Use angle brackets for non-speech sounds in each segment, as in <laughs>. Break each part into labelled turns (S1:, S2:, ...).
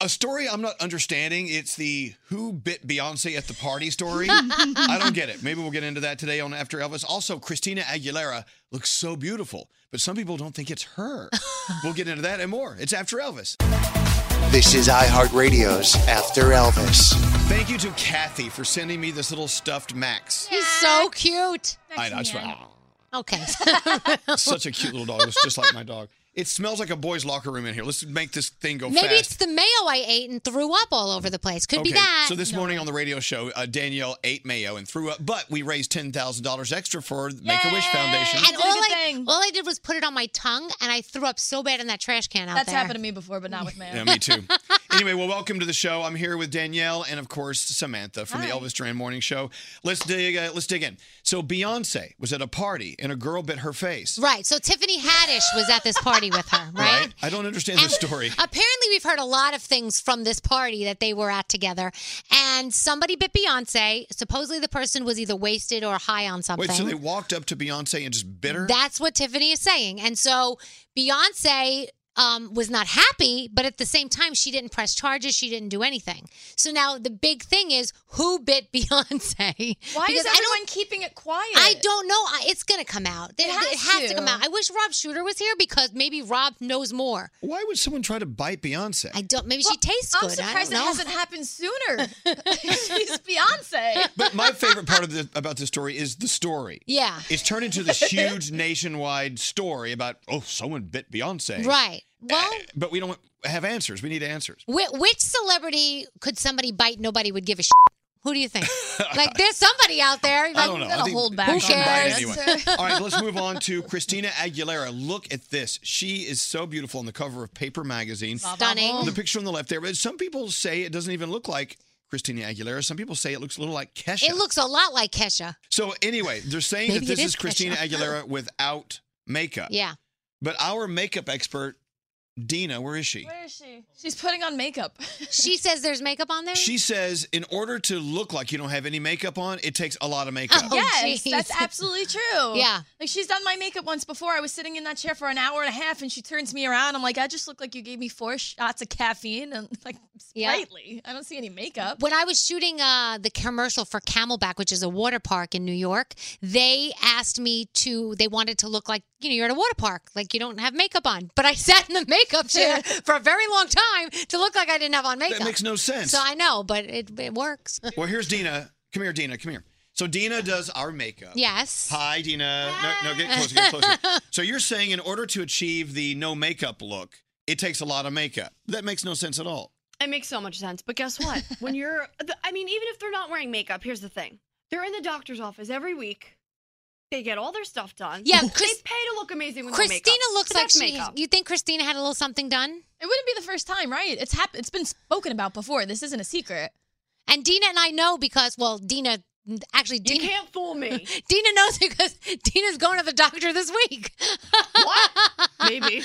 S1: a story I'm not understanding. It's the who bit Beyonce at the party
S2: <laughs>
S1: story. I don't get it. Maybe we'll get into that today on After Elvis. Also, Christina Aguilera looks so beautiful, but some people don't think it's
S2: <laughs>
S1: her. we'll get into that and more. It's After Elvis.
S3: This is iHeartRadio's After Elvis.
S1: Thank you to Kathy for sending me this little stuffed Max.
S2: He's so cute.
S1: I know, I swear.
S2: Okay.
S4: <laughs>
S2: <laughs>
S1: Such a cute little dog. Looks just like my dog. It smells like a boy's locker room in here. Let's make this thing go
S2: Maybe
S1: fast.
S2: it's the mayo I ate and threw up all over the place. Could be
S1: Okay,
S2: that.
S1: So this morning on the radio show, uh, Danielle ate mayo and threw up, but we raised ten thousand dollars extra for Make a Wish Foundation.
S2: And all I, all I did was put it on my tongue, and I threw up so bad in that trash can out
S4: That's
S2: there.
S4: happened to me before, but not with mayo.
S1: yeah, me too.
S2: <laughs>
S1: anyway, well, welcome to the show. I'm here with Danielle and of course Samantha from the Elvis Duran Morning Show. Let's dig. Uh, let's dig in. So Beyonce was at a party and a girl bit her face.
S2: Right. So Tiffany Haddish was at this party with
S1: <laughs>
S2: her, right?
S1: I don't understand this story.
S2: <laughs> Apparently, we've heard a lot of things from this party that they were at together, and somebody bit Beyonce. Supposedly, the person was either wasted or high on something.
S1: Wait, so they walked up to Beyonce and just bit her?
S2: That's what Tiffany is saying. And so Beyonce um, was not happy, but at the same time, she didn't press charges. She didn't do anything. So now the big thing is who bit <laughs> Beyonce?
S4: Why
S2: Because I
S4: is
S2: don't-
S4: everyone keeping it quiet?
S2: I don't know. I- It's going to come out. It,
S4: has
S2: has to.
S4: to.
S2: come out. I wish Rob Shooter was here because maybe Rob knows more.
S1: Why would someone try to bite Beyonce?
S2: I don't. Maybe she tastes
S4: I'm
S2: good. I don't
S4: surprised it
S2: know.
S4: hasn't happened sooner. <laughs> She's Beyonce.
S1: But
S2: <laughs>
S1: my favorite part of the, about this story is the story.
S2: Yeah.
S1: It's turned into this huge <laughs> nationwide story about oh, someone bit Beyonce.
S2: Right. Well,
S1: But we don't have answers. We need answers.
S2: whi- which celebrity could somebody bite? Nobody would give a shit. Who do
S1: <laughs>
S2: you think? like, there's somebody out there. Like,
S1: I don't know. I
S4: gotta
S1: think
S4: hold
S1: we
S4: back
S1: shouldn't
S2: on
S1: buy
S2: that.
S1: anyone. All right, let's move on to Christina Aguilera. Look at this. She is so beautiful on the cover of Paper Magazine.
S2: Stunning.
S1: The picture on the left there. But some people say it doesn't even look like Christina Aguilera. Some people say it looks a little like Kesha.
S2: It looks a lot like Kesha.
S1: so anyway, they're saying that
S2: Maybe it
S1: this is,
S2: is Kesha.
S1: Christina Aguilera without makeup.
S2: Yeah.
S1: But our makeup expert, Dina, where is she?
S4: Where is she? She's putting on makeup. <laughs>
S2: She says there's makeup on there.
S1: She says, in order to look like you don't have any makeup on, it takes a lot of makeup.
S2: Oh,
S4: yes,
S2: jeez.
S4: that's absolutely true.
S2: Yeah.
S4: Like she's done my makeup once before. I was sitting in that chair for an hour and a half and she turns me around. I'm like, I just look like you gave me four shots of caffeine and <laughs> like
S2: Yeah.
S4: sprightly. I don't see any makeup.
S2: when I was shooting uh, the commercial for Camelback, which is a water park in New York, they asked me to. They wanted to look like you know you're at a water park, like you don't have makeup on. But I <laughs> sat in the makeup chair for a very long time to look like I didn't have on makeup.
S1: That makes no sense.
S2: So I know, but it it works. <laughs>
S1: well, here's Dina. Come here, Dina. Come here. So Dina does our makeup.
S2: yes.
S1: Hi, Dina. No, no, get closer, get closer.
S2: <laughs>
S1: so you're saying in order to achieve the no makeup look, it takes a lot of makeup. That makes no sense at all.
S5: It makes so much sense. But guess
S2: <laughs>
S5: what? when you're, th- I mean, even if they're not wearing makeup, here's the thing they're in the doctor's office every week. They get all their stuff done.
S2: Yeah,
S5: they
S2: Chris-
S5: pay to look amazing with no makeup.
S2: Christina looks
S5: But
S2: like
S5: that's
S2: she.
S5: makeup.
S2: You think Christina had a little something done?
S4: It wouldn't be the first time, right? It's hap- It's been spoken about before. This isn't a secret.
S2: And Dina and I know because well, Dina actually
S5: You
S2: Dina,
S5: can't
S2: <laughs>
S5: fool me.
S2: Dina knows because Dina's going to the doctor this week.
S5: what? Maybe.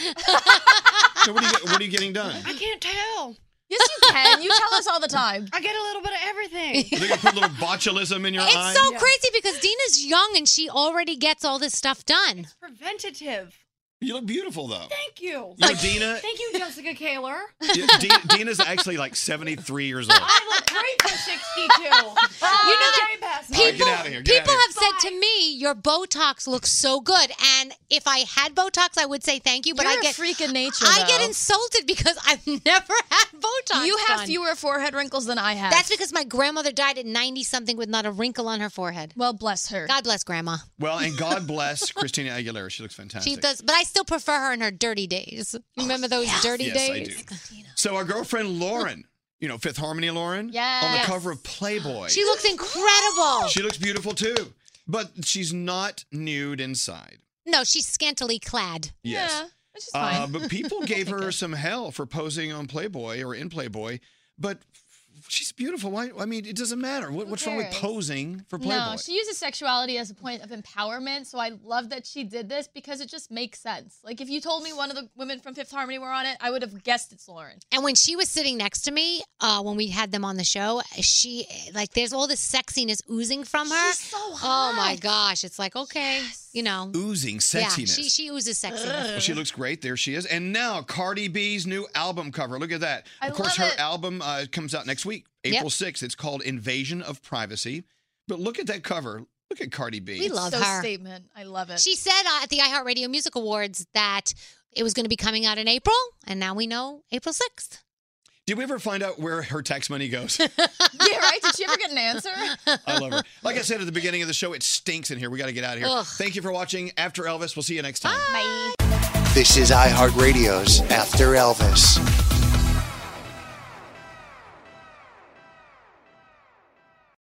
S1: So what are you, what are you getting done?
S2: <laughs>
S5: I can't tell.
S4: Yes, you can. You tell us all the time.
S5: I get a little bit of
S2: <laughs>
S5: everything.
S1: Are they gonna put a little botulism in your
S2: It's
S1: eye?
S2: so crazy because Dina's young and she already gets all this stuff done.
S5: Preventative.
S1: you look beautiful though.
S5: Thank you.
S1: You know, Dina.
S5: Thank you, Jessica Kaler.
S1: D- D- Dina's actually like 73 years old.
S5: I
S2: <laughs>
S5: look great for 62. you know that
S1: right, get outta here, get
S2: people
S1: outta
S2: have said to me, "Your Botox looks so good," and if I had Botox, I would say thank you. But
S4: You're
S2: I
S4: a
S2: get
S4: freak of nature,
S2: I get
S4: though.
S2: insulted because <laughs> I've never had Botox.
S4: You have
S2: done.
S4: fewer forehead wrinkles than I have.
S2: That's because my grandmother died at ninety something with not a wrinkle on her forehead.
S4: well, bless her.
S2: God bless Grandma.
S1: Well, and God bless Christina Aguilera. She looks fantastic.
S2: She does, but I still prefer her in her dirty days. You remember those dirty
S1: Oh, Yes, I
S2: days?
S1: do. So our girlfriend Lauren, you know Fifth Harmony Lauren, on the
S4: Yes.
S1: cover of Playboy.
S2: She looks incredible.
S1: She looks beautiful too, but she's not nude inside.
S2: no, she's scantily clad.
S1: Yes.
S4: Yeah, which is fine.
S1: Uh, but
S4: <laughs>
S1: people gave her some hell for posing on Playboy or in Playboy, but she's beautiful. Why? I mean, it doesn't matter. What, what's wrong with
S4: cares?
S1: posing for Playboy?
S4: No, she uses sexuality as a point of empowerment. So I love that she did this because it just makes sense. Like if you told me one of the women from Fifth Harmony were on it, I would have guessed it's Lauren.
S2: And when she was sitting next to me, uh, when we had them on the show, she like there's all this sexiness oozing from her.
S4: She's so
S2: Oh my
S4: hot.
S2: gosh! It's like okay, you know.
S1: Oozing
S2: Yeah,
S1: sexiness.
S2: she, she oozes sexiness.
S1: Well, she looks great. There she is. And now Cardi B's new album cover. Look at that.
S4: I
S1: of course,
S4: love
S1: her
S4: it.
S1: album uh, comes out next week,
S2: Yep.
S1: April 6th. It's called Invasion of Privacy. But look at that cover. Look at Cardi B.
S2: We love
S4: so
S2: her.
S4: statement. I love it.
S2: She said uh, at the iHeartRadio Music Awards that it was going to be coming out in April, and now we know April 6th.
S1: Did we ever find out where her tax money goes?
S2: <laughs>
S4: yeah, right? Did she ever get an answer?
S1: I love her. Like I said at the beginning of the show, it stinks in here. We got to get out of here.
S2: Ugh.
S1: Thank you for watching. After Elvis, we'll see you next time.
S3: This is iHeartRadio's After Elvis.